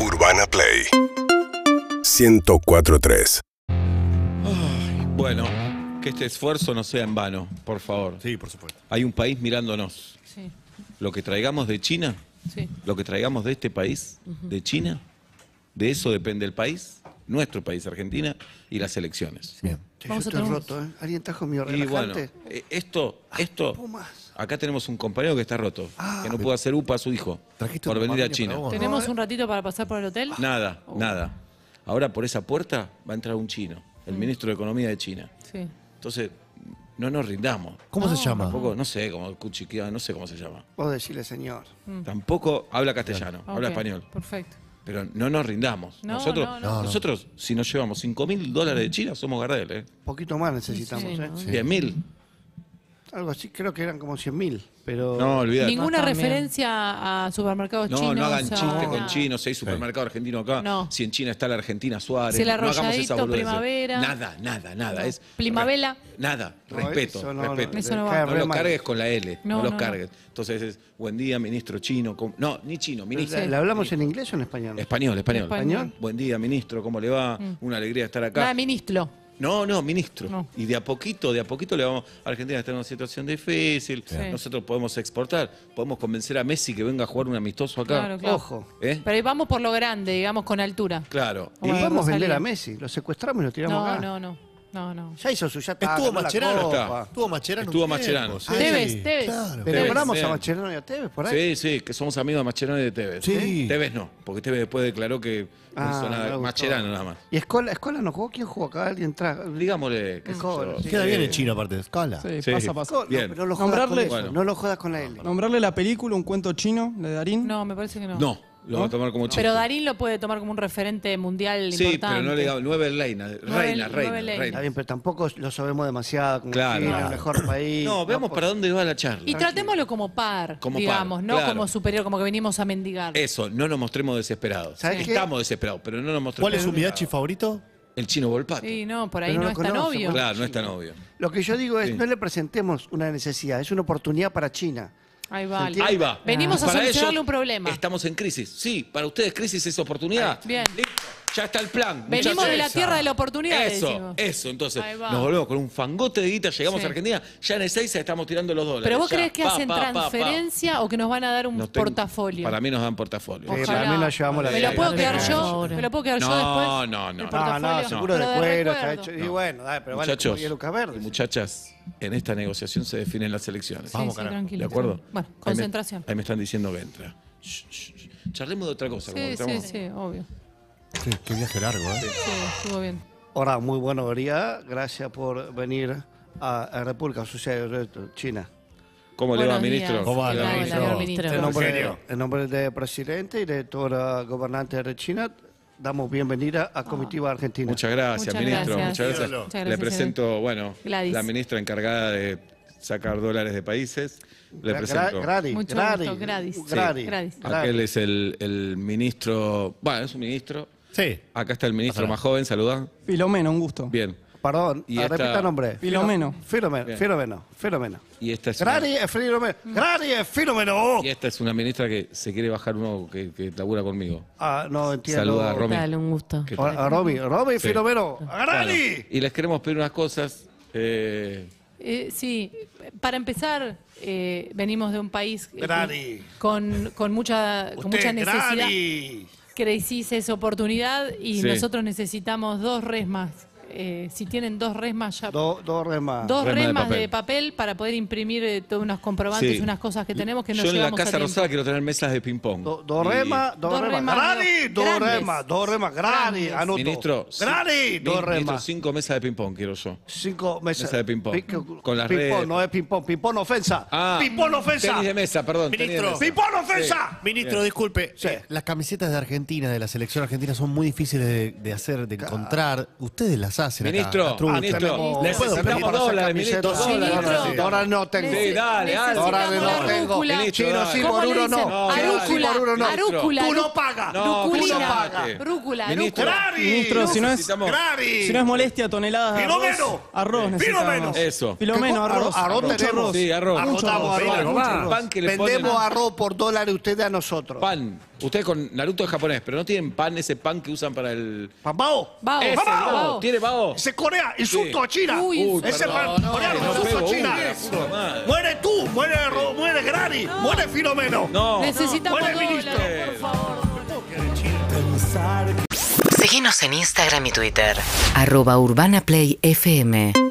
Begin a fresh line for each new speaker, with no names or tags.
Urbana Play 1043.
Ay, bueno, que este esfuerzo no sea en vano, por favor.
Sí, por supuesto.
Hay un país mirándonos.
Sí,
Lo que traigamos de China,
sí.
lo que traigamos de este país, de China, de eso depende el país, nuestro país, Argentina, y las elecciones.
Bien.
Che,
Vamos
yo
a
estoy
tener un-
roto, ¿eh? ¿Alguien trajo mi
Y bueno,
relajante?
eh, esto, esto,
Pumas.
acá tenemos un compañero que está roto, que no pudo hacer UPA a su hijo
¿Trajiste
por
un
venir a
tamaño
China.
para vos? Oh.
¿Tenemos un ratito para pasar por el hotel?
Nada, nada. Ahora por esa puerta va a entrar un chino, el ministro de Economía de China.
Sí.
Entonces, no nos rindamos.
¿Cómo se llama?
Tampoco, no sé, como cuchiquea, no sé cómo se llama.
Vos decirle, señor.
Tampoco habla castellano,
Ah,
habla
Mm. ok,
español.
Perfecto.
Pero no nos rindamos.
No,
nosotros,
no, no.
No, no.
nosotros, si nos llevamos 5 mil dólares de China, somos Gardel, ¿eh?
Un poquito más necesitamos,
Sí,
¿eh?
¿no?
10 mil.
Algo así, creo que eran como 100 mil, pero...
No, olvídate.
Ninguna
No, también.
referencia a supermercados
No,
chinos.
no hagan
a- Ah,
chiste con
nada.
chinos. Si hay supermercado argentino acá,
No.
si en China está la Argentina Suárez.
Si el
no hagamos esa
arrolladito,
boludez.
primavera.
Nada, nada, nada. Es
Primavela.
Nada,
No,
respeto,
eso no,
respeto.
Eso no
le
va.
cae
No
re
lo
mal.
cargues con la L, no,
No,
lo
no, no.
cargues. Entonces es, buen día, ministro chino. ¿cómo-?" No, ni chino, ministro.
¿La, la hablamos en inglés o en español?
Español, español.
Español.
Buen día, ministro, ¿cómo le va? Una alegría estar acá.
Nada, ministro.
No, no, ministro.
Mm. No.
Y de a poquito, de a poquito le vamos. Argentina está en una situación difícil. Nosotros podemos exportar. Podemos convencer a Messi que venga a jugar un amistoso acá.
Claro, claro.
Ojo.
¿Eh?
Pero vamos por lo grande, digamos, con altura.
Claro.
Y
Bueno,
vamos a
Rosalía.
vender a Messi, lo secuestramos y lo tiramos
No,
acá.
no, no. No, no.
Ya hizo su ya está,
Estuvo
ganó la
Macherano.
Copa.
Estuvo Macherano. un
Estuvo
tiempo,
Mascherano.
sí.
Tevez, Tevez.
Claro.
Pero
Tevez,
nombramos
bien.
a Macherano y a Tevez por
Sí,
ahí.
sí, que somos amigos de Macherano y de Tevez. ¿eh?
Sí.
Tevez no, porque Tevez después declaró que
Ah,
no hizo
me
nada.
gustó.
Macherano nada más.
¿Y Escola, Escola no jugó? ¿Quién jugó acá? ¿Alguien trajo?
Digámosle. qué sé
Cobra,
yo. Eh,
sí.
Queda bien el chino, aparte. Escala.
Sí,
Sí.
pasa, pasa.
Escola, no,
Bien.
pero no lo jodas
Nombrarle-
con eso,
Bueno.
no lo jodas con la L.
Nombrarle la película, un cuento chino, la de Darín.
No, me parece que no.
No, lo vamos a tomar como chiste.
Pero Darín lo puede tomar como un referente mundial
Sí,
importante.
pero no le digamos. Nueve reina, reina,
nueve
reina,
reinas.
reina.
Está bien, pero tampoco lo sabemos demasiado. Como
Claro.
China,
Claro.
el mejor país.
No, veamos
por-
para dónde va la charla.
Y tratémoslo como par,
Como par,
digamos, no
claro.
como superior, como que venimos a mendigar.
Eso, no nos mostremos desesperados.
¿Sabés qué?
Estamos desesperados, pero no nos mostremos
¿Cuál es su Midachi favorito?
El chino Volpato.
Sí, no, por ahí no,
Pero no
es
lo
tan
conoce,
obvio.
Claro, no es tan obvio.
Lo que yo digo es, no le presentemos una necesidad, es una oportunidad para China.
Ahí va.
¿Se entiende?
Ahí va.
Venimos a
Para
solucionarle
ellos,
un problema.
Estamos en crisis. Sí, para ustedes crisis es oportunidad.
Bien.
Listo. Ya está el plan.
Venimos
muchachos.
de la tierra de la oportunidad.
Eso,
decimos.
eso. Entonces,
Ahí va.
nos volvemos con un fangote de guita, llegamos
Sí.
a Argentina, ya en Ezeiza estamos tirando los dólares.
Pero vos
Ya,
crees que
pa,
hacen
pa, pa, pa.
transferencia o que nos van a dar un
Nos ten-
portafolio.
Para mí nos dan portafolio.
Sí, para mí nos llevamos la
¿Me lo
vida.
puedo
Sí,
quedar
sí.
yo? ¿Me lo puedo quedar yo después?
No, no, no.
¿El
Ah, No, no,
portafolio?
seguro
Pero
de cuero está
recuerdo.
hecho. Y bueno, dale, pero vale, como
Muchachos,
hielo
y
verde.
muchachas, en esta negociación se definen las elecciones.
Sí, sí, tranquilo.
¿De acuerdo?
Bueno,
Ahí me-
concentración.
Ahí me, están diciendo que entra. Shh, shh, shh. Charlemos de otra cosa. como
Sí, sí,
entramos.
sí, obvio.
Sí, qué viaje largo, ¿eh?
Sí, estuvo bien.
Ahora, muy buenos días. Gracias por venir a, a República Social de China.
¿Cómo le va,
Buenos
ministro?
días.
¿Cómo va,
¿Qué tal,
ministro?
señor
En
ministro?
nombre, de, en nombre del presidente y de toda la gobernante de China, damos bienvenida a Comitiva Argentina.
Ah. Muchas gracias,
Muchas
ministro.
gracias.
Muchas gracias.
Ídolo. Muchas
Le
gracias,
presento, bueno,
Gladys.
la ministra encargada de sacar dólares de países. Le
Gra-
presento.
Gradi,
Mucho
Gradi,
gusto, Gladys.
Gradi,
Sí. Gladys.
Gradi.
Aquel es el, el ministro. Bueno, es un ministro.
Sí.
Acá está el ministro más joven, saluda.
Filomeno, un gusto.
Bien.
Perdón,
Y
ah,
esta-
repita nombre.
Filomeno.
Filomeno, Filomeno, Filomeno.
Y esta es. una-
Gradi es Filomeno. Gradi es Filomeno.
Y esta es una ministra que se quiere bajar uno que, que labura conmigo.
Ah, no entiendo.
Saluda a Romy.
Dale, un gusto.
¿Qué tal?
A, a Romy, Romy
Sí.
Filomeno.
Claro.
¡Gradi!
Y les queremos pedir unas cosas. eh,
Eh, sí, para empezar, eh, venimos de un país eh,
Gradi.
con, con mucha, con mucha
Usted,
necesidad.
Gradi.
Crisis es oportunidad y
Sí.
nosotros necesitamos dos resmas. Eh, si tienen dos resmas ya.
Dos dos remas.
Dos
Resma de
remas de
papel.
papel. para poder imprimir eh, todos unos comprobantes
Sí.
y unas cosas que tenemos que nos
Yo en la
llevamos a
Casa
tiempo.
Rosada quiero tener mesas de ping-pong.
Do,
Y-
do rema, do,
Do
rema.
rema,
Gradi, do
grandes.
rema, do rema, gradi,
Grandes.
anoto.
Ministro, sí,
gradi, do
ministro,
rema.
cinco mesas de ping-pong quiero yo.
Cinco mesas.
Mesa de ping-pong.
Pic-
Con las
ping-pong,
redes.
no es ping-pong, ping-pong ofensa.
Ah,
ping-pong ofensa.
Tenis de mesa, perdón. tenis de
Ministro.
mesa.
¡Ping-pong ofensa!
Ah, Ministro, disculpe.
Sí.
eh, las camisetas de Argentina, de la selección argentina, son muy difíciles de, de hacer, de encontrar. Ustedes las hacen acá.
Ministro,
las truchas.
Ah, ministro,
tenemos-
necesitamos
Tenemos para
dólares,
sacar
ministro,
camisetas.
dólares.
Ministro.
necesitamos.
Ahora no tengo.
Sí, dale, dale.
Ahora
Ahora no
la
tengo.
rúcula.
Ministro,
Chino
dale.
sí,
¿Cómo
por
le
uno
dicen?
no. Chino sí,
Arúcula,
por uno no.
arúcula,
Tú no
arú-
pagas.
No,
Tú no
Ruculina.
pagas.
Rúcula,
Ministro.
rúcula.
Ministro, si no es,
Necesitamos-
Gradi.
si no es molestia, toneladas de arroz.
Filomeno.
Arroz necesitamos.
Filomeno. Eso.
Filomeno,
¿Qué co-
arroz.
arroz
Mucho
tenemos?
arroz.
Sí, arroz.
Arroz,
Mucho
estamos
arroz.
arroz,
Mucho
pan.
arroz.
Pan que le ponen.
Vendemos arroz por dólares ustedes a nosotros.
Pan. Ustedes con Naruto es japonés, pero no tienen pan, ese pan que usan para el.
¡Pambao!
Bao,
Ese,
bao.
bao. ¿Tiene bao?
¡Ese Corea! ¡Insulto
Sí.
a China!
Uy, insulto.
¡Ese
Perdón,
pan-
no,
coreano!
no
¡Insulto
pego
a China!
una, la puta madre.
¡Muere tú! ¡Muere, Ro- muere Grani! ¡Muere Filomeno!
No.
Necesitamos
Buen
dólares,
ministro.
por favor.
Síguenos en Instagram y Twitter.
arroba urbanaplayfm